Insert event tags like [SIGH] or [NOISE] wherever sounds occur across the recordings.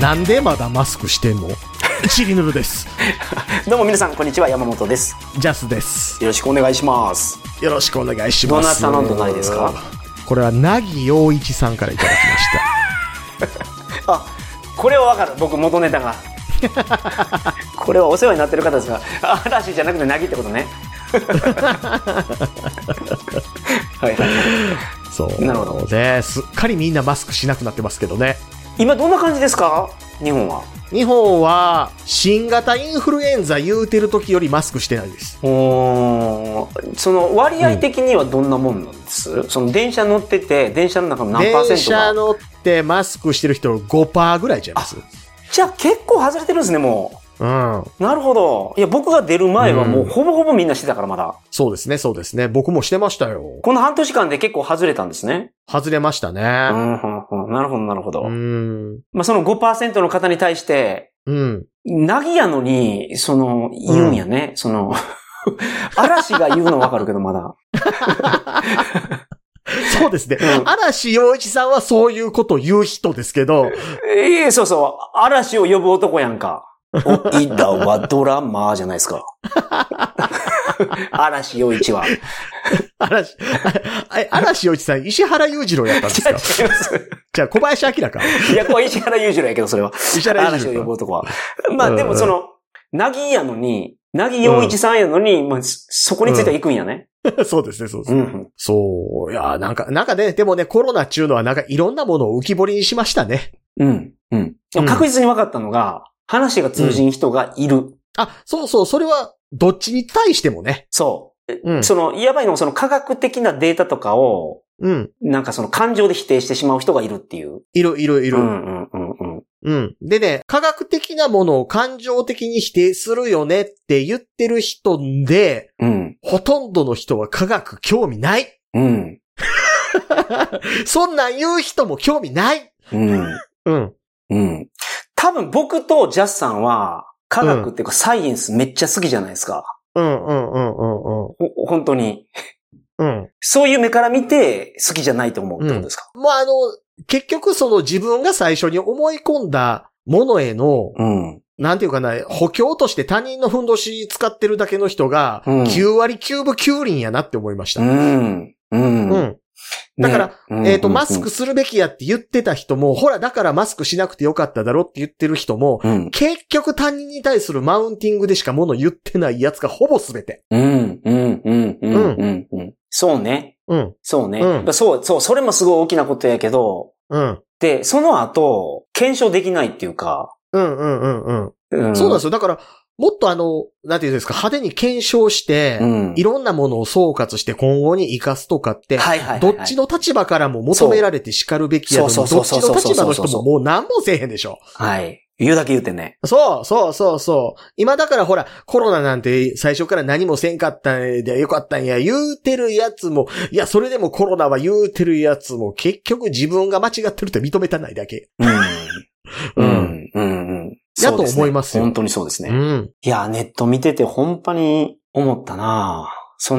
なんでまだマスクしてんのチリヌルですどうも皆さんこんにちは山本です [LAUGHS] ジャスですよろしくお願いしますよろしくお願いしますどなたの隣ですかこれは凪陽一さんからいただきました [LAUGHS] あこれはわかる僕元ネタ [LAUGHS] がこれはお世話になってる方ですがあ嵐じゃなくて凪ってこと [LAUGHS] ねはいはいそうなるほどですっかりみんなマスクしなくなってますけどね今どんな感じですか日本は日本は新型インフルエンザ言うてる時よりマスクしてないですおーその割合的にはどんなもんなんです、その電車乗ってて電車の中の何パーセ電ントが車乗ってマスクしてる人5%ぐらいちゃいますじゃあ結構外れてるんですねもうんうなるほどいや僕が出る前はもううんほぼほぼみんなしてたからまだ、そうですねそうですね僕もしてましたよこの半年間で結構外れたんですね外れましたうねんうんうんなるほどなるほど、うんまあ、その5%の方に対してうんなぎやのに、その、言うんやね。その、 [LAUGHS] 嵐が言うのわかるけど、まだ。 [LAUGHS] そうですねう。ん嵐洋一さんはそういうことを言う人ですけ [LAUGHS] ど、ええそうそう。嵐を呼ぶ男やんか。お、いだはドラマーじゃないで [LAUGHS] すか。嵐陽一は。違う、嵐、あ嵐洋一さん、石原裕次郎やったんです [LAUGHS] [LAUGHS] 違いまかす。じゃあ小林明か。いや、これ石原裕次郎やけど、それは。石原裕嵐次を郎呼ぶか。男は。 [LAUGHS] まあ、でもその、なぎやのに、なぎ陽一さんやのに、まあ、そそこについては行くんやね。 [LAUGHS] そうですね、そうですうね。ん。そう、いや、なんか、なんかね、でもね、コロナっちゅうのはなんかいろんなものを浮き彫りにしましたね。うん。うん。でも確実に分かったのが、話が通じん人がいる。あ、そうそう、それは、どっちに対してもね。そう。うん。その、やばいのはその科学的なデータとかを、うん。なんかその感情で否定してしまう人がいるっていう。いる、いる、いうる。うん。んうんうんうん。でね、科学的なものを感情的に否定するよねって言ってる人で、うん。ほとんどの人は科学興味ない。うん。そんなん言う人も興味ない。うん。うん。うん。多分僕とジャスさんは、科学っていうかサイエンスめっちゃ好きじゃないですか。うん、うん、うん、うん、うん。ほ本当に。うん。そういう目から見て好きじゃないと思うってことですか。まあ、あの、結局その自分が最初に思い込んだものへの、うん。なんていうかな、補強として他人のふんどし使ってるだけの人が、うん9割9分9厘やなって思いました。うん。うう。んんだからねえっ、と、マス。うんクするべきやって言ってた人も、ほら、だからマスクしなくてよかっただろって言ってる人も、うん。結局他人に対するマウンティングでしか物言ってないやつがほぼ全て。うん。うん。うん。うん。うん。うん。そうね。うん。そうね。うんそう、そう、それもすごい大きなことやけど、うん。で、その後、検証できないっていうか、うんうんうんううん。そうなんですよ。だから、もっとあの、なんていうんですか、派手に検証して、うんいろんなものを総括して今後に活かすとかって、はいはいはい、どっちの立場からも求められて叱るべきやのに、どそうっちのそうそうそう立場の人ももう何もせえへんでしょ。はい。言うだけ言うてね。そうそうそうそう。今だからほら、コロナなんて最初から何もせんかったんや、よかったんや、言うてるやつも、いや、それでもコロナは言うてるやつも、結局自分が間違ってるって認めたないだけ。 [LAUGHS] ううん。うん。ん。うん。うん。やとそうでね思いますよ本当にそうですね。うん。いや、ネット見てて本当に思ったなそあ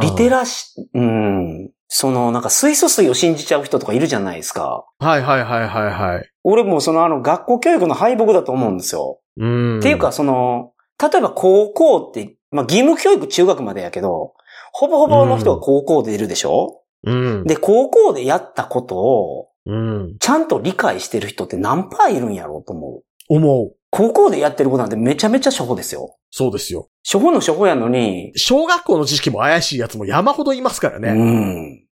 ーリテラシ、うん。その、なんか水素水を信じちゃう人とかいるじゃないですか。はいはいはいはいはい。俺もそのあの学校教育の敗北だと思うんですよ。うん。っていうか、、その、例えば高校って、まあ、義務教育中学までやけど、ほぼほぼの人が高校でいるでしょ、うん。で、高校でやったことを、うん。ちゃんと理解してる人って何パーいるんやろうと思う。思う。高校でやってることなんてめちゃめちゃ初歩ですよ。そうですよ。初歩の初歩やのに、小学校の知識も怪しいやつも山ほどいますからうね。ん。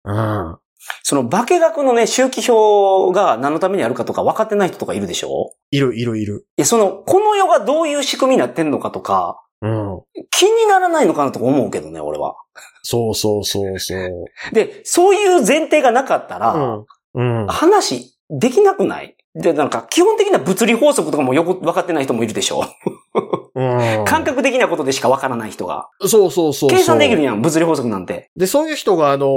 うん。その化学のね、周期表が何のためにあるかとか分かってない人とかいるでしょいるいるいる。いや、その、この世がどういう仕組みになってんのかとか、うん。気にならないのかなとか思うけどね、俺は。そうそうそうそう。で、そういう前提がなかったら、うん。うん。話できなくないで、なんか、基本的な物理法則とかもよく分かってない人もいるでしょうん感覚的なことでしか分からない人が。そうそうそうそう。計算できるやん、物理法則なんて。で、そういう人が、あの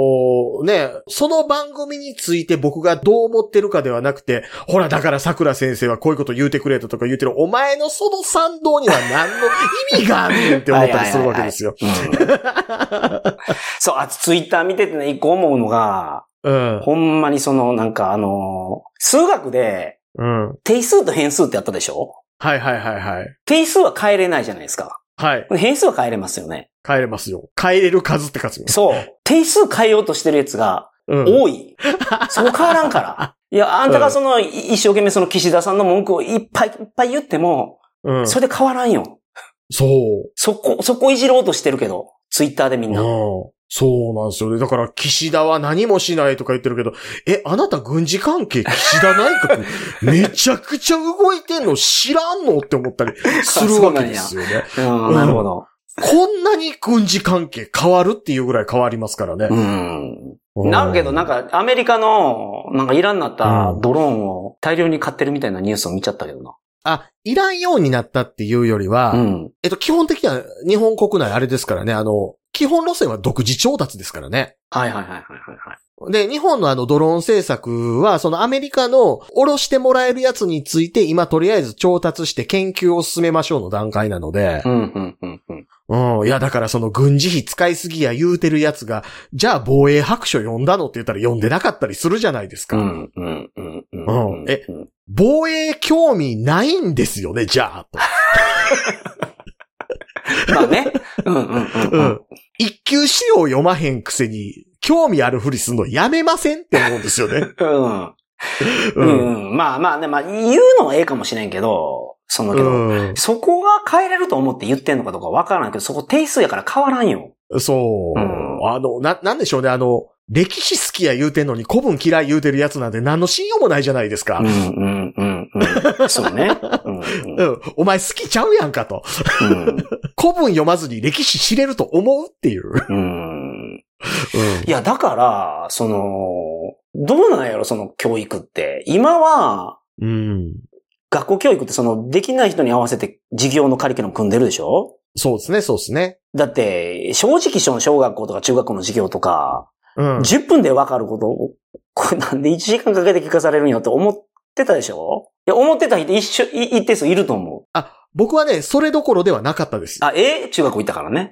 ね、その番組について僕がどう思ってるかではなくて、ほら、だから桜先生はこういうこと言うてくれたとか言うてる、お前のその賛同には何の意味があるねんって思ったりするわけですよ。うん [LAUGHS] そう、あとツイッター見ててね、一個思うのが、うん。ほんまにその、なんかあのー数学で、うん。はい定数と変数ってあったでしょはいはいはい。定数は変えれないじゃないですか。はい。変数は変えれますよね。帰れますよ。帰れる数って数よ。そう。定数変えようとしてるやつがうん。[LAUGHS] 多い。そこ変わらんから。いや、あんたがその、い一生懸命その岸田さんの文句をいっぱいいっぱい言っても、うん。それで変わらんよ。そう。そこ、そこいじろうとしてるけど、ツイッターでみんうんな。そうなんですよね。だから、岸田は何もしないとか言ってるけど、え、あなた軍事関係、岸田内閣、 [LAUGHS] めちゃくちゃ動いてんの知らんのって思 [LAUGHS] ったりするわけですよね。うん、なるほど。こんなに軍事関係変わるっていうぐらい変わりますからね。うん。なるけど、なんか、か、アメリカの、なんかイランになったうんドローンを大量に買ってるみたいなニュースを見ちゃったけどな。あ、いらんようになったっていうよりは、うん。えっと、基本的には日本国内あれですからね、あの、基本路線は独自調達ですからね。はいはいはいはいはい。で、日本のあのドローン政策は、そのアメリカの下ろしてもらえるやつについて、今とりあえず調達して研究を進めましょうの段階なのでう、ん、うん、うん、うん。うん、いやだからその軍事費使いすぎや言うてるやつが、じゃあ防衛白書読んだのって言ったら読んでなかったりするじゃないですうか。ん、うん、うん、うんうんえ防衛興味ないんですよね、じゃあ、と。まあね。うん、うん、う。うんん。一級資料読まへんくせに、興味あるふりするのやめませんって思うんですよね。うん。う [LAUGHS] うん。ん、うん。まあまあね、まあ、言うのはええかもしれんけど、そのけど、うん。そこが変えれると思って言ってんのかどうかわからないけど、そこ定数やから変わらんよ。そう。うんあの、な、なんでしょうね。あの、歴史好きや言うてんのに古文嫌い言うてるやつなんて何の信用もないじゃないですか。う、うんんうん、うん、うん。そうね。うん、うんお前好きちゃうやんかと。うん。古文読まずに歴史知れると思うっていう。うん。いや、だから、その、どうなんやろ、その教育って。今は、うん。うん。学校教育ってその、できない人に合わせて授業のカリキュラム組んでるでしょそうですね、そうですね。だって、正直その小学校とか中学校の授業とか、うん。 10分でわかることを、これなんで1時間かけて聞かされるんやと思ってたでしょいや、思ってた人一緒、い一定数いると思う。あ、僕はね、それどころではなかったです。あ、え中学校行ったからね。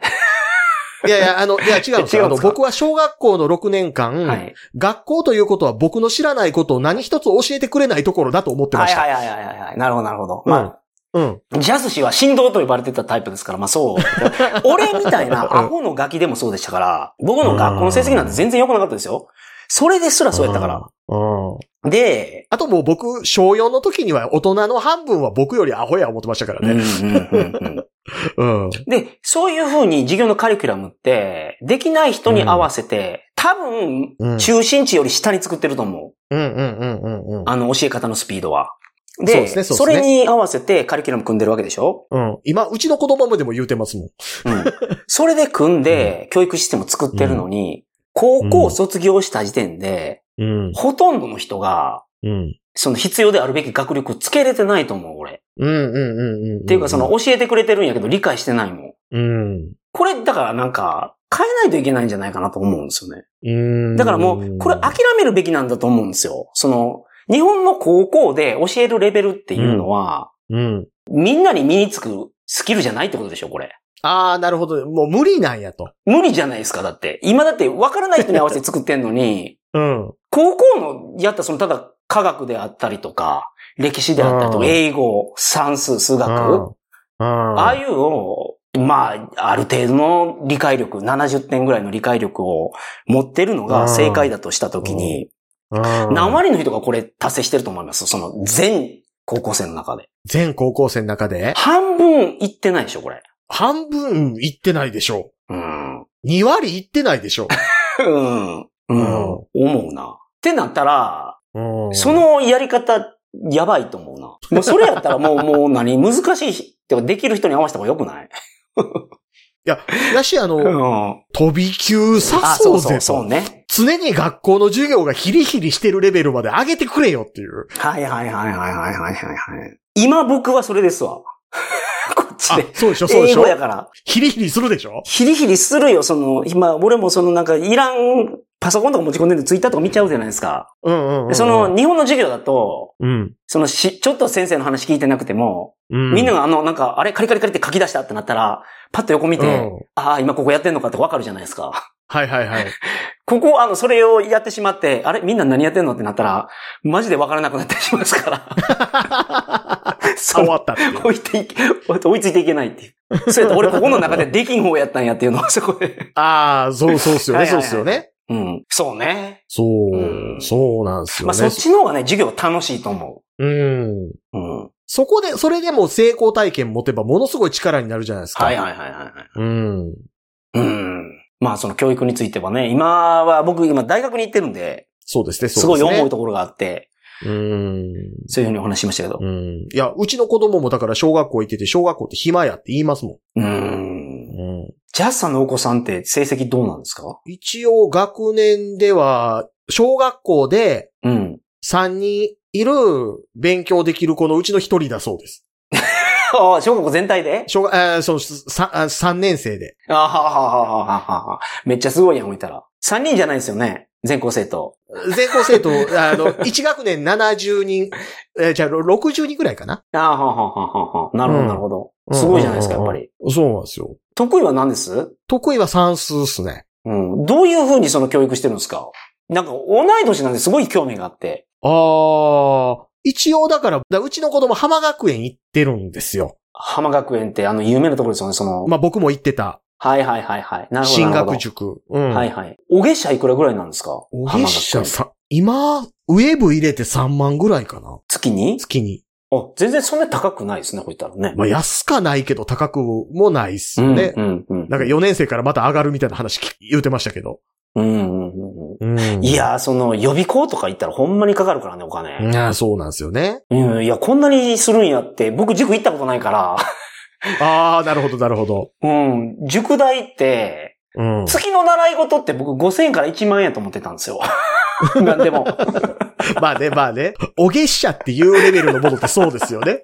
いやい [LAUGHS] や、あの、いや違うんですよ。違うあんでの、すか僕は小学校の6年間、はい。学校ということは僕の知らないことを何一つ教えてくれないところだと思ってまはいした。はいはいはいはいはい。なるほどなるほど。うんまあ、うん。ジャズ氏は振動と呼ばれてたタイプですから、まあそう。 [LAUGHS] 俺みたいなアホのガキでもそうでしたから、僕の学校の成績なんて全然良くなかったですよ。それですらそうやったかうん。うん。ら。で、あともう僕、小4の時には大人の半分は僕よりアホや思ってましたからうんうね。んうんうんうん。で、そういうふうに授業のカリキュラムって、できない人に合わせて、多分うん、中心地より下に作ってると思う。うんうんうんうんうん。あの教え方のスピードは。そうで、ですねそうですねそれに合わせてカリキュラム組んでるわけでしょうん。今、うちの子供までも言うてますもん。 [LAUGHS] うん。それで組んで、教育システムを作ってるのに、高校を卒業した時点で、うん。ほとんどの人が、うん。その必要であるべき学力つけれてないと思う、俺。うんうんうんうん。っっていうか、その、教えてくれてるんやけど理解してないもん。うん。これ、だからなんか、変えないといけないんじゃないかなと思うんですよね。うん。だからもう、これ諦めるべきなんだと思うんですよ。その、日本の高校で教えるレベルっていうのは、うん。みんなに身につくスキルじゃないってことでしょ、これ。ああ、なるほど。もう無理なんやと。無理じゃないですか、だって。今だって分からない人に合わせて作ってん [LAUGHS] のに、うん。高校のやったそのただ科学であったりとか、歴史であったりとうんか、英語、算数、数学、うん。うんああいうを、まあ、ある程度の理解力、70点ぐらいの理解力を持ってるのうんが正解だとしたときに、うん何割の人がこれ達成してると思いますその全高校生の中で。全高校生の中で、半分いってないでしょ、これ。半分いってないでしょうん。うん。う。2割いってないでし [LAUGHS] ょうん。思うな。ってなったら、う。うん。そ、のやり方、やばいと思うな。もうそれやったら [LAUGHS] もう、もう何難しいし、てかできる人に合わせた方が良くないだし、あうの、ん。飛び級さあ、そそううぜそとう、。そうね。常に学校の授業がヒリヒリしてるレベルまで上げてくれよっていう。はいはいはいはいはいはいはい。今僕はそれですわ。こっちあで。、そうでしょ、そうで英し語やょ。から。ヒリヒリするでしょヒリヒリするよ、その、今、俺もそのなんか、いらん、パソコンとか持ち込んでるツイッターとか見ちゃうじゃないですか。うんうんうんうん。その、、日本の授業だと、うん。そのし、ちょっと先生の話聞いてなくても、うんみんながあの、なんか、あれ、カリカリカリって書き出したってなったら、パッと横見て、うんああ、今ここやってんのかってわかるじゃないですか。 [LAUGHS] はいはいはい。ここ、あの、それをやってしまって、あれみんな何やってんのってなったら、マジでわからなくなってきますから。 [LAUGHS] そ終う。わったっていう。追いていけ、 [LAUGHS] 追いついていけないっていう。そうやったら俺ここの中でできん方やったんやっていうのはそこで。ああ、そう、そうっすよね、はいそはうっいはいすよね。うん。そうね。そうう、んそうなんですよね。まあそっちの方がね、授業楽しいと思うん。う。うん。はそこで、それでも成功体験持てばものすごい力になるじゃないですか。いはいはいはい。うん。うん。まあその教育についてはね、今は僕今大学に行ってるんで、そうですね、すそごういですね。重いところがあって、うん。そういうふうにお話しましたけど。うん。いや、うちの子供もだから小学校行ってて、小学校って暇やって言いますもうん。ん。うん。ジャスさんのお子さんって成績どうなんですか一応学年では、小学校でうん。 [LAUGHS] 3人いる勉強できる子のうちの一人だそうです。ああ、小学校全体で小学、えーその、さあ3年生で。あははははははは。めっちゃすごいやん、見たら。3人じゃないですよね。全校生徒。全校生徒、 [LAUGHS] あの、1学年70人、えーじゃあ60人くらいかな。あははははは。なるほうんど、なるほど。すごいじゃないですか、やっぱり。そうなんですよ。得意は何です得意は算数っすね。うん。どういうふうにその教育してるんですかなんか、同い年なんですごい興味があって。あー。一応だから、だうちの子供浜学園行ってるんですよ。浜学園ってあの、有名なところですよね、その。まあ僕も行ってた。はいはいはいはい。なるほど。進なるほ学ど。塾。うん。はいはい。お月謝いくらぐらいなんですかお浜月学謝園さ、今、ウェーブ入れて3万ぐらいかな。月に月に。あ、全然そんな高くないですね、こういったらね。まあ安かないけど高くもないっすうよん、ね。うん、うん。なんか4年生からまた上がるみたいな話聞言うてましたけど。うん、うん、うんうん。うんい。やー、その、予備校とか行ったらほんまにかかるからね、お金。いやそうなんですよね。うん、いや、こんなにするんやって、僕塾行ったことないから、ああ、なるほど、なるほど。うん、塾代って、うん。月の習い事って僕5000円から1万円やと思ってたんですよ。 [LAUGHS] なんでも。まあね、まあね。お月謝っていうレベルのものってそうですよね。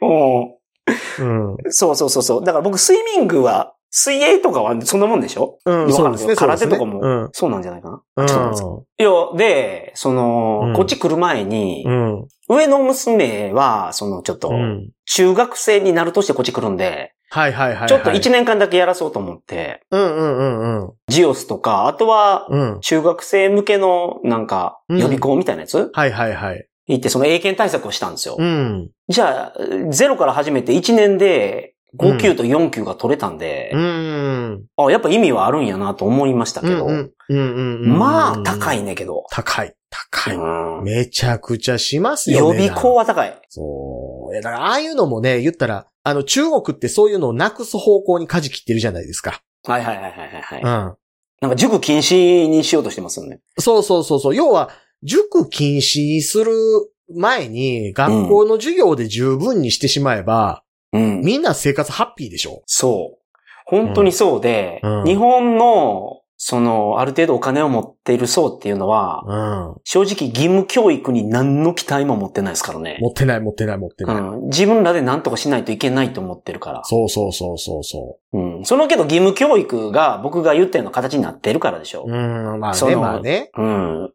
う [LAUGHS] うん。ん、そうそうそうそう。だから僕、スイミングは、水泳とかはそんなもんでしょうん、そうですね。わかんないそうですね空手とかもうん。そうなんじゃないかな。うんちょっと待っていや、で、その、うんこっち来る前に、うん。上の娘は、その、ちょっと、うん。中学生になるとしてこっち来るんで、はいはいはいはい。ちょっと1年間だけやらそうと思って、うんうんうんうん。ジオスとか、あとは、うん。中学生向けの、なんか、うん予備校みたいなやつ、はいはいはい。行って、その英検対策をしたんですよ。うん。じゃあ、ゼロから始めて1年で、5級と4級が取れたんで、うん。あ、やっぱ意味はあるんやなと思いましたけど、うんうんうんうん。まあ、高。いねんけど。高い。高い。うんめちゃくちゃします予よね。備校は高い。そう。いや、だから、ああいうのもね、言ったら、あの、中国ってそういうのをなくす方向に舵切ってるじゃないですか。はいはいはいはいはい。うはいん。なんか塾禁止にしようとしてますよね。そうそうそうそう。要は、塾禁止する前に、学校の授業で十分にしてしまえば、うん。みんな生活ハッピーでしょそう。本当にそうで、うんうん日本の、その、ある程度お金を持っている層っていうのは、うん。持正直義務教育に何の期待も持ってないですからね。ってない持ってない持ってない。うん、自分らで何とかしないといけないと思ってるから。そうそうそうそうそうん、そのけど義務教育が僕が言ったような形になってるからでしょう。う。ん、まあそね、のまあね。うん。うん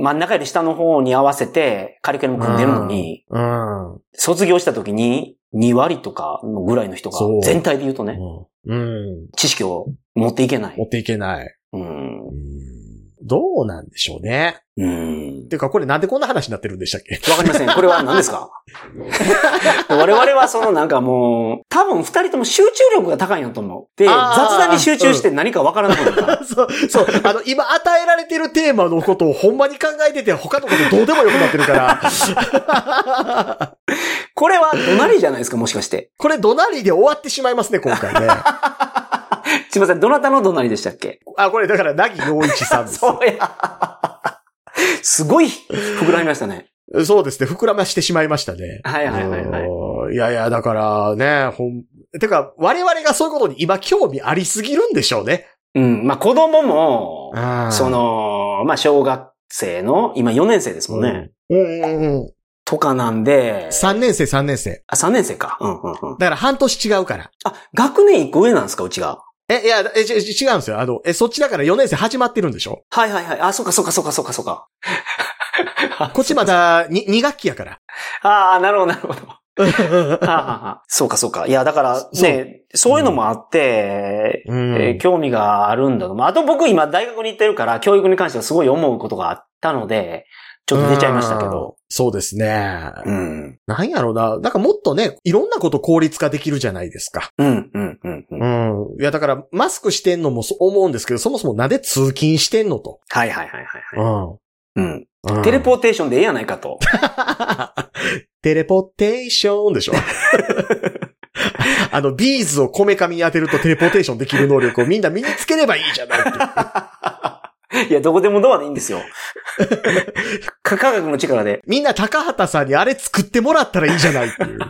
真ん中より下の方に合わせてカリキュラム組んでるのに、うん。うん卒業した時に2割とかのぐらいの人がそう、全体で言うとね、うん。知識を持っていけない持。っていけない。うんうんどうなんでしょうね。うんてか、これなんでこんな話になってるんでしたっけわかりません。これは何です [LAUGHS] か我々はそのなんかもう、多分二人とも集中力が高いんやと思う。で、雑あー談に集中して何かわからなくなっ [LAUGHS] た。そう、そう、あの、今与えられてるテーマのことをほんまに考えてて、他のことどうでもよくなってる [LAUGHS] から。これは怒鳴りじゃないですか、もしかして。これ、怒鳴りで終わってしまいますね、今回ね。すいません、どなたの怒鳴りでしたっけ [LAUGHS] あ、これ、だから、なぎ陽一さん [LAUGHS] です。そうや。すごい膨らみましたね。そうですね、膨らましてしまいましたね。はいはいはいはい。い。いやいや、だからね、ほん、てか、我々がそういうことに今興味ありすぎるんでしょうね。うん。まあ、子供も、そ、の、まあ、小学生の、今4年生ですもんね。うんうんうん。とかなんで、 3年生、3年生。あ、3年生か。うんうんうん。だから半年違うから。あ、学年1個上なんですか、うちが。え、いや、え、ちち違うんですよ。あの、え、そっちだから4年生始まってるんでしょはいはいはい。あ、そうかそうかそうかそうかそうか。こっちまだ 2, 学期やから。 [LAUGHS] ああ、なるほどなるほど。そうか、そうか。いや、だからね、そういうのもあって、うんえー興味があるんだと。まあ、あと僕今大学に行ってるから、教育に関してはすごい思うことがあったので、ちょっと出ちゃいましたけど。うん。そうですね。うん。なんやろうな。なんかもっとね、いろんなこと効率化できるじゃないですか。うん、うん、うん。うんうん。いや、だから、マスクしてんのもそう思うんですけど、そもそもなんで通勤してんのと。はいはいはいはいはうい。うん。ん。うんテレポーテーションでええやないか [LAUGHS] と。 [LAUGHS] テレポテーションでしょ [LAUGHS] あの、ビーズをこめかみに当てるとテレポテーションできる能力をみんな身につければいいじゃないっていういや、どこでもドアでいいんですよ。か科学の力で。みんな高畑さんにあれ作ってもらったらいいじゃないっていう。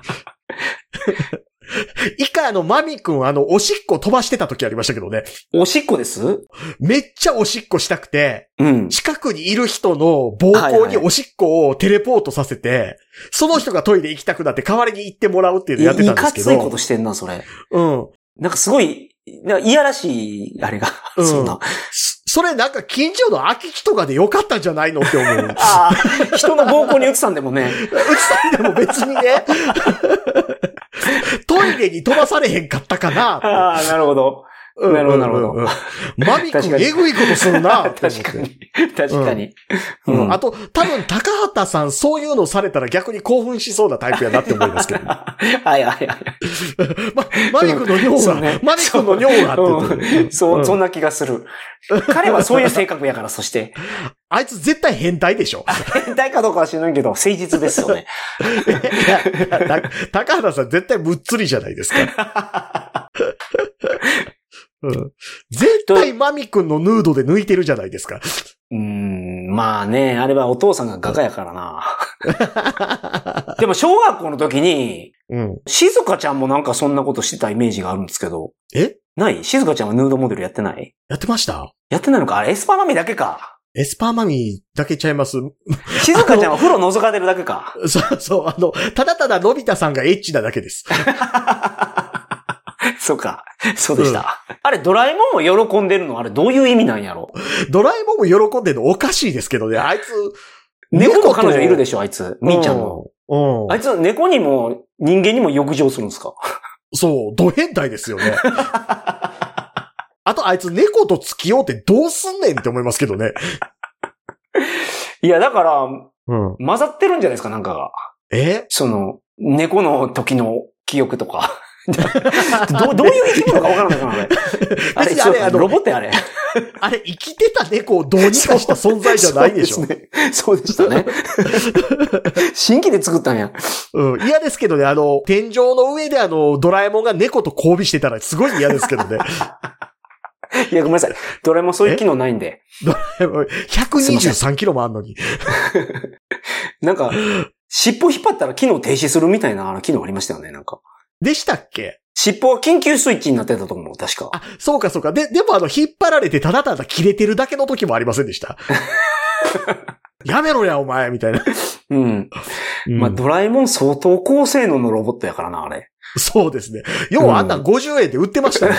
以下あの、マミ君、あの、おしっこ飛ばしてた時ありましたけどね。おしっこですめっちゃおしっこしたくて、うん。近くにいる人の膀胱におしっこをテレポートさせて、その人がトイレ行きたくなって代わりに行ってもらうっていうのやってたんですけど。いいかついことしてんな、それ。うん。なんかすごい、なんかいやらしい、あれが。うんそんな。そそれなんか近所の空き地とかでよかったんじゃないのって思う。映ああ、人の暴行に移さんでもね。さんでも別にね。トイレに飛ばされへんかったかなっ [LAUGHS] ああ、なるほて。ど。うんなるほどなるほどうんうんうん [LAUGHS] マミ確か君にえぐいことする [LAUGHS] なって思って確かに。確かに。うんうんあと、多分高畑さんそういうのされたら逆に興奮しそうなタイプやなって思いますけど。 [LAUGHS] ま、はいはいはい。マミ君の尿そうが、ねマミ君の尿がって言ってうんるそう、そうんんな気がする。彼はそういう性格やから、[LAUGHS] そして。あいつ絶対変態で [LAUGHS] しょ。変態かどうかは知らんけど、誠実です [LAUGHS] よね。いやいやた高畑さん絶対むっつりじゃないですか。 [LAUGHS] うん、絶対マミ君のヌードで抜いてるじゃないですか。うーん、まあね、あれはお父さんが画家やか [LAUGHS] らな。でも小学校の時に、うん。静香ちゃんもなんかそんなことしてたイメージがあるんですけど。えない静香ちゃんはヌードモデルやってないやってましたやってないのかあれ、エスパーマミだけか。エスパーマミだけちゃいます。静香ちゃんは風呂覗かれるだけか。 [LAUGHS] そうそう、あの、ただただのび太さんがエッチなだけ [LAUGHS] です。そうか。そうでした。あれ、ドラえもんも喜んでるのあれ、どういう意味なんやろドラえもんも喜んでるのおかしいですけどね、あいつ。猫の彼女いるでしょ、あいつ。みーちゃんの。うん。うんあいつ、猫にも人間にも浴場するんですか [LAUGHS] そう、ド変態ですよね。あと、あいつ猫と付き合うってどうすんねんって思いますけどね。いや、だから、うん。混ざってるんじゃないですか、なんかが。え [LAUGHS] その、猫の時の記憶 [LAUGHS] とか。どどういう生き物かわからないかな、あれ。あれ、別にあれそうあのロボットやあれ。あれ、生きてた猫をどうにかした存在じゃないでしょ。そううですね。そうでした [LAUGHS] ね。新規で作ったんや。ん。嫌ですけどね、あの、天井の上であの、ドラえもんが猫と交尾してたらすごい嫌ですけどね。 [LAUGHS] いや、ごめんなさい。どれもそういう機能ないんで。 123キロもあんのに。なんか、尻尾引っ張ったら機能停止するみたいなあの機能ありましたよね、なんか。でしたっけ尻尾は緊急スイッチになってたと思う、確か。あ、そうかそうか。で、でもあの、引っ張られてただただ切れてるだけの時もありませんで [LAUGHS] した。やめろや、お前みたいな。うん。まあ、うんドラえもん相当高性能のロボットやからな、あれ。 [LAUGHS] そうですね。要はあんなん50円で売ってましたね。 [LAUGHS]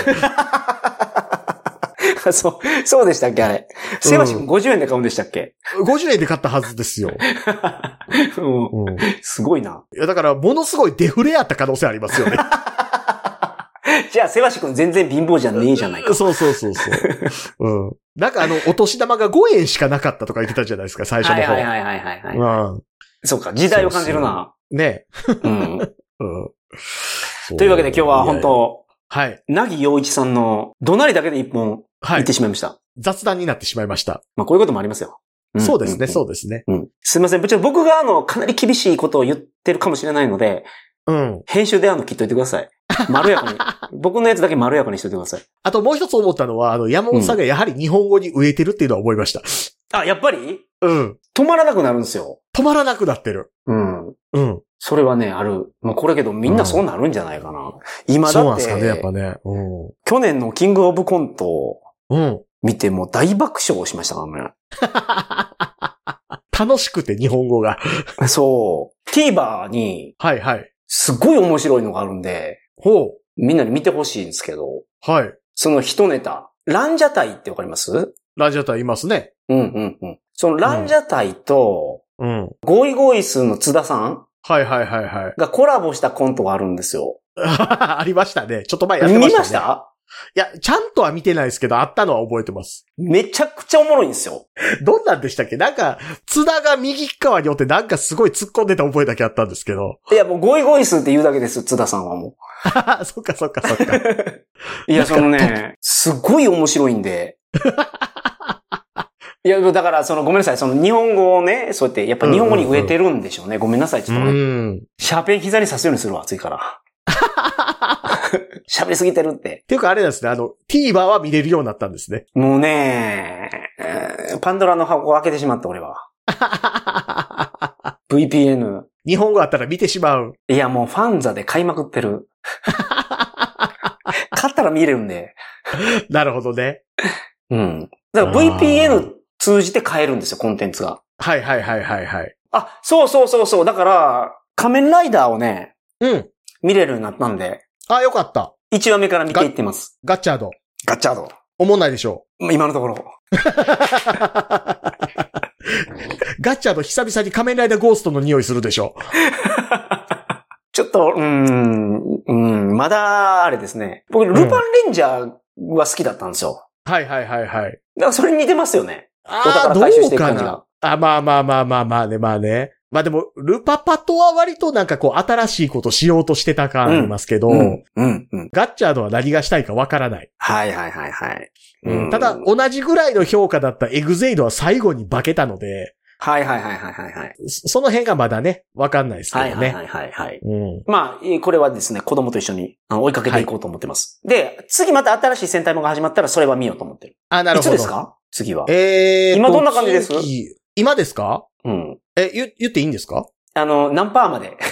そう、そうでしたっけ、あれ。セバシ君50円で買うんでしたっけ、 50円で買ったはずですよ。うん、うん、いすごいな。 [LAUGHS] や、だから、ものすごいデフレやった可能性ありますよね。じゃあ、セバシ君全然貧乏じゃねえじゃないか。そうそうそうそう。うん。なんかあの、お年玉が5円しかなかったとか言ってたじゃないですか、最初はのい方。はいはいはいはい、はいうん。そうか、時代を感じるな。ねうん。うん。というわけで今日は本いやいや。当、はい。なぎ陽一さんの怒鳴りだけで一本は行っいて。しまいました。雑談になってしまいました。まあ、こういうこともありますよ。んそうですね、んそうですね。うんすいません。ちょっと僕が、あの、かなり厳しいことを言ってるかもしれないので、うん。編集であの、切っといてく [LAUGHS] ださい。まろやかに。僕のやつだけまろやかにしといてください。あともう一つ思ったのは、あの、山本さんがやはり日本語に植えてるっていうのは思いました。あ、やっぱりうん。止まらなくなるんですよ。止まらなくなってる。うん。うん。それはね、ある。まあ、これけど、みんなそうなるんじゃないかな。今そうだなんっでて、すかね、やっぱね。う去年のキングオブコントをん。うん。見てもう大爆笑しましたから楽しくて、日本語が。 [LAUGHS] ね。そう。TVer に、はいはい。すごい面白いのがあるんで、ほみんなに見てほしいんですけど、う。はい。その一ネタ、ランジャタイってわかりますラジオタイいますね。うんうんうん。そのランジャタイと、うん。ゴイゴイスーの津田さんはいはいはいはい。 [LAUGHS] がコラボしたコントがあるんですよ。ありましたね。ちょっと前やって見ました、ね。ましたいや、ちゃんとは見てないですけど、あったのは覚えてます。めちゃくちゃおもろいんですよ。どんなんでしたっけなんか、津田が右側におってなんかすごい突っ込んでた覚えだけあったんですけど。 [LAUGHS] いや、もうゴイゴイスーって言うだけです、津田さんはもあそっかそっかそっ [LAUGHS] か。 [LAUGHS] う。いや、そのね、すごい面白い [LAUGHS] んで。いや、だから、その、ごめんなさい、その、日本語をね、そうやって、やっぱ日本語に植えてるんでしょうね。ごめんなさい、ちうょっとね。ん。っシャーペン膝に刺すようにするわ、暑いから。 [LAUGHS] 喋りすぎてるって。ていうかあれなんですね、あの、TVer は見れるようになったん [LAUGHS] ですね。もうね、えーパンドラの箱を開けてしまった、俺は。VPN。日本語あったら見てしまう。いや、もうファンザで買いまくって [LAUGHS] る。買ったら見れるんで。なるほどね。うん。だからあー VPN 通じて買えるんですよ、コンテンツが。はいはいはいはいはい。あ、そうそうそうそう。だから、仮面ライダーをね、うん。見れるようになったんで、あ、よかった。 1話目から見ていってます。ガッチャード。ガッチャード。おもんないでしょ今のとこ [LAUGHS] ろ。う。ガッチャード久々に仮面ライダーゴーストの匂いするでしょちょっと、うーん、うーん、まだ、あれですね。僕、ルパンレンジャーは好きだったんですよ。う。はいはいはいはい。だからそれに似てますよね。おああ、宝ど回収してういくか感じなが。。あ、まあまあまあまあまあね、まあね。まあでも、ルパパとは割となんかこう、新しいことしようとしてた感ありますけど、うん、うん、うん。ガッチャードは何がしたいかわからない。はいはいはいはい。うんただ、同じぐらいの評価だったエグゼイドは最後に化けたので、はいはいはいはいはいはい。そその辺がまだね、わかんないですけどはね。いはいはいはいはい。うん。まあ、えーこれはですね、子供と一緒にあの追いかけていこうと思ってます。で、次また新しい戦隊ものが始まったらそれは見ようと思ってる。あ、なるほど。いつですか次は。えーと今どんな感じです次今ですかうん。え、言、言っていいんですかあの、何パーまで [LAUGHS]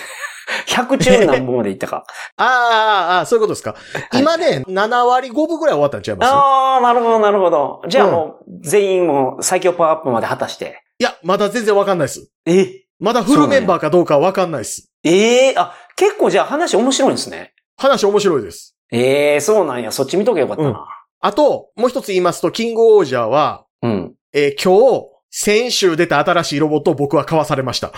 ?100 中何本までいったか。あーあー、あーそういうことですか。い今ね、7割5分ぐらい終わったんちゃいますああ、なるほど、なるほど。じゃあもう、全員もう最強パワーアップまで果たして。いや、まだ全然わかんないです。えまだフルメンバーかどうかはわかんないです。ええあ、結構じゃあ話面白いんですね。話面白いです。ええそうなんや。そっち見とけばよかったな。あと、もう一つ言いますと、キングオージャーは、うん。えー今日、先週出た新しいロボットを僕は買わされました。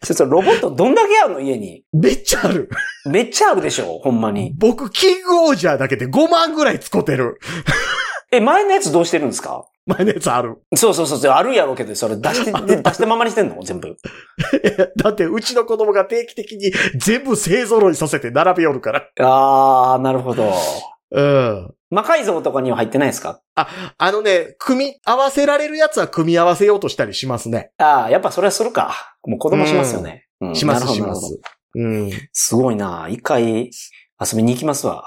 ちょっとロボットどんだけあるの家に。めっちゃある。めっちゃあるでしょほんまに。僕、キングオージャーだけで5万ぐらい使ってる。え、前のやつどうしてるんですか前のやつある。そうそうそうそう、 [LAUGHS] あるやろうけど、それ出して、で出してままにしてんの全部。だって、うちの子供が定期的に全部勢揃いさせて並べよるから。あー、なるほど。うん。魔改造とかには入ってないですかあのね、組み合わせられるやつは組み合わせようとしたりしますね。あー、やっぱそれはするか。もう子供しますよね。うんしまなするほしどなまるほどす。うん。すごいな一回遊びに行きます [LAUGHS] わ。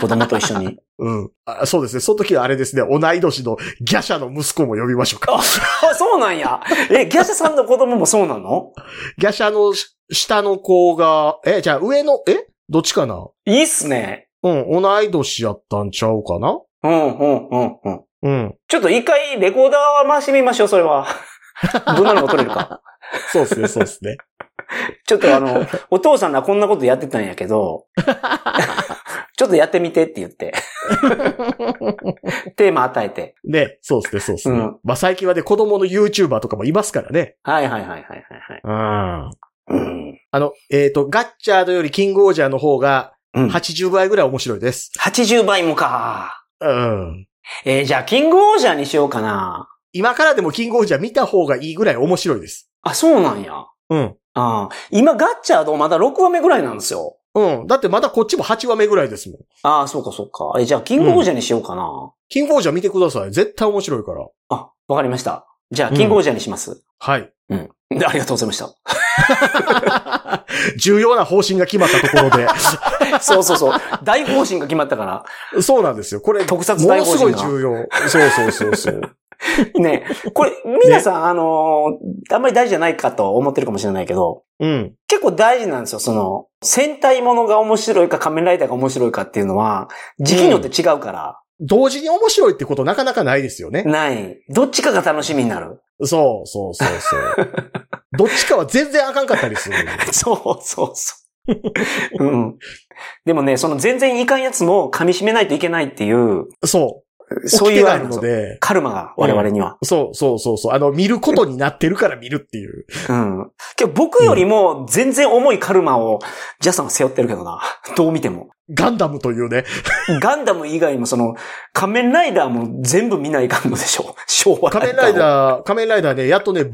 子供と一緒に。うんあ。そうですね。その時はあれですね、同い年のギャシャの息子も呼びましょうか。あ、そうなんや。え、ギャシャさんの子供もそうなのギャシャのし下の子が、え、じゃあ上の、えどっちかないいっすね。うん、同い年やったんちゃうかなうん、うん、うん、うん。うん。ちょっと一回レコーダー回してみましょう、それ [LAUGHS] は。どんなのが撮れるか。そうですね、そうですね。ちょっとあ [LAUGHS] の、お父さんがこんなことやってたんやけ [LAUGHS] ど、ちょっとやってみてって言 [LAUGHS] って。テーマ与えて。ね、そうですね、そうですね。うんまあ最近はね、子供の YouTuber とかもいますからね。はいはいはいはいはいはい。うん。あうんの、えっ、と、ガッチャードよりキングオージャーの方がうん80倍ぐらい面白いです。 80倍もか。うん。えーじゃあ、キングオージャーにしようかな。今からでもキングオージャー見た方がいいぐらい面白いです。あ、そうなんや。うん。あー今、ガッチャードまだ6話目ぐらいなんですよ。うん。だってまだこっちも8話目ぐらいですもん。ああ、そうかそうか。えーじゃあ、キングオージャーにしようかな。キングオージャー見てください。絶対面白いから。あ、わかりました。じゃあ、うんキングオージャーにします。はい。うん。で [LAUGHS] ありがとうございました。重要な方針が決まったところで。 [LAUGHS] そうそうそう。大方針が決まったから。そうなんですよ。これ、特撮も大の方すご針いが重要。そうそうそう [LAUGHS] そう。ねこれ、皆さん、あのーあんまり大事じゃないかと思ってるかもしれないけど、うん。結構大事なんですよ、その、戦隊ものが面白いか仮面ライダーが面白いかっていうのは、時期によって違うから、同時に面白いってことなかなかないですよね。ない。どっちかが楽しみになる。 [LAUGHS] そうそうそうそう。どっちかは全然あかんかったりする。そうそうそう。うん。でもね、その全然いかんやつも噛み締めないといけないっていう、そそういうああるるのので。で、カルマが我々には。そうそうそうそう。あの、見ることになってるから見るっていう。うん。けど僕よりも全然重いカルマをジャスさんは背負ってるけどな。どう見ても。ガンダムというね。ガンダム以外もその、仮面ライダーも全部見ないかんのでしょ。 [LAUGHS] 昭和仮面ライダー、仮面ライダーね、やっとね、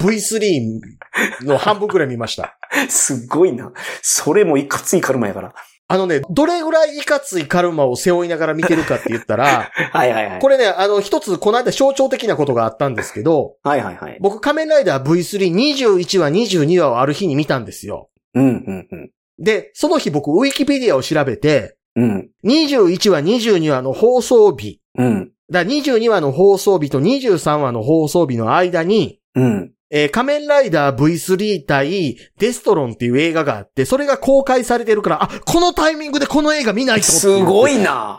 V3 の半分くらい見ました。ー。すごいな。それもいかついカルマやから。あのね、どれぐらいいかついカルマを背負いながら見てるかって言ったら、はいはいはい。これね、あの、一つこの間象徴的なことがあったんですけど、はいはいはい。僕仮面ライダー V321 話22話をある日に見たんですよ。うんうんうん。で、その日僕ウィキペディアを調べて、うん。 21話22話の放送日、うん。だ22話の放送日と23話の放送日の間に、うん。えー仮面ライダー V3 対デストロンっていう映画があって、それが公開されてるから、あ、このタイミングでこの映画見ないとってすごいいな。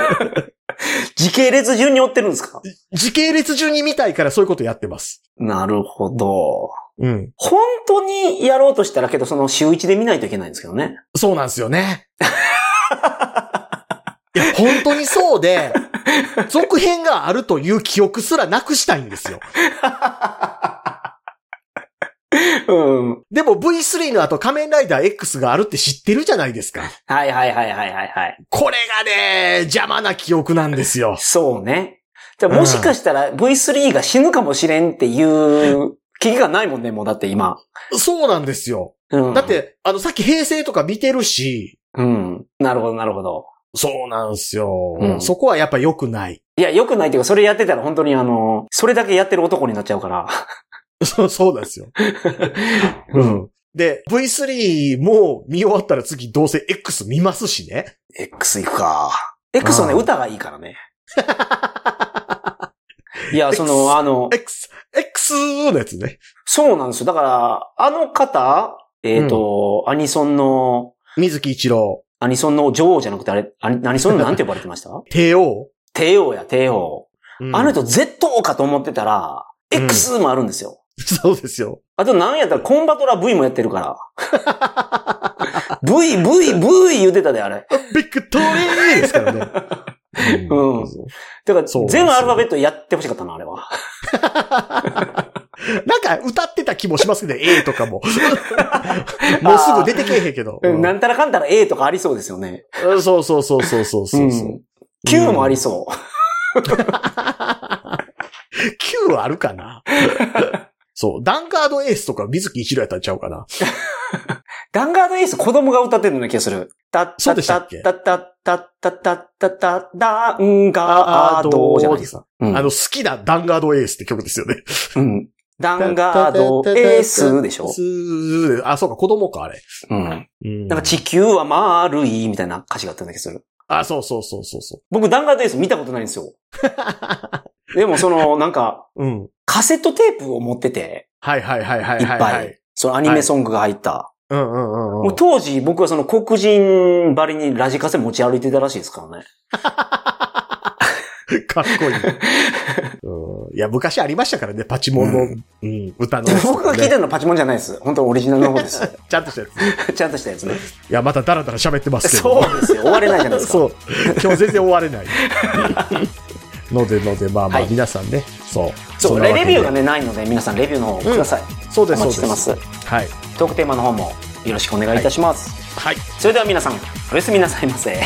[LAUGHS] 時系列順に追ってるんですか時系列順に見たいからそういうことやってます。なるほど。うん。本当にやろうとしたらけど、その週一で見ないといけないんですけどね。そうなんですよ [LAUGHS] ね。いや、本当にそうで、続編があるという記憶すらなくしたいんですよ。うん。はでも V3 の後仮面ライダー X があるって知ってるじゃないですか。いはいはいはいはいはい。これがね、邪魔な記憶なんですよ。そうね。じゃあもしかしたら V3 が死ぬかもしれんっていう危機がないもんね、もうだって今。そうなんですよ。うん。だっ。て、あの、さっき平成とか見てるし、うん。なるほどなるほど。そうなんですよ、うんそこはやっぱ良くない。 [LAUGHS] いや、良くないっていうか、それやってたら本当にあの、それだけやってる男になっちゃうから。そう、そうなんですよ。うん。で、V3 も見終わったら次どうせ X 見ますしね。 X 行くか。X はね、うん歌がいいからね。いや、 X その、あの、 X、X のやつね。そうなんですよ。だから、あの方、えっ、と、アニソンの、水木一郎、アニソンの女王じゃなくて、あれ、アニアニソンのなんて呼ばれてました [LAUGHS] 帝王、帝王や、帝王。うんあの人 Z 王かと思ってたら、うん X もあるんですよ。そうですよ。あとなんやったらコンバトラ V もやってるから。v、V、V 言うてたで、あれ。ビクトリーですからね。 [LAUGHS] うんだそうなんから、ですよ全アルファベットやってほしかったな、あれは。 [LAUGHS] なんか歌ってた気もしますけど、A とか [LAUGHS] も。もうすぐ出てけえへんけど。うんなんたらかんたら A とかありそうですよね。うんそうそうそうそうそうそうそう、ん Q もありそう。 [LAUGHS] Q はあるかなそう。ダンガードエースとか水木一郎やったんちゃうかな。ダンガードエース子供が歌ってるような気がする。たっそうでたたしたっけたたたたたたたダンガードじゃないですか。うあんの、好きなダンガードエースって曲ですよね。うん。ダンガードエースでしょスーであ、そうか、子供か、あれ。うん。うんなんか地球は丸いみたいな歌詞があったような気がする。あ、そうそうそうそうそ僕ダンガードエース見たことないんですよ。でも [LAUGHS] その、なんか、う。うん。カセットテープを持ってて、はいはいはいはいいっはい、ぱ。。はいそのアニメソングが入った。うんうんうんうんもう当時僕はその黒人ばりにラジカセ持ち歩いてたらしいですからね。かっ [LAUGHS] こいい、うん。いや、昔ありましたからね、パチモンの、う、うん歌のやつと僕かがね、聞いてるのはパチモンじゃないです。本当オリジナルの方 [LAUGHS] です。ちゃんとしたやつ。ちゃんとしたやつね。いや、またダラダラ喋ってますけど。そうですよ。終われないじゃないですか。そう。今日全然終われ [LAUGHS] ない。のでので、まあまあ、はい皆さんね、そう。そう。んなわレけレでビューが。ね、ないので、皆さんレビューの方ください。そうでおす、そう待で。ちしてますす。はい。トークテーマの方もよろしくお願いいたします。はい。それでは皆さん、おやすみなさいませ。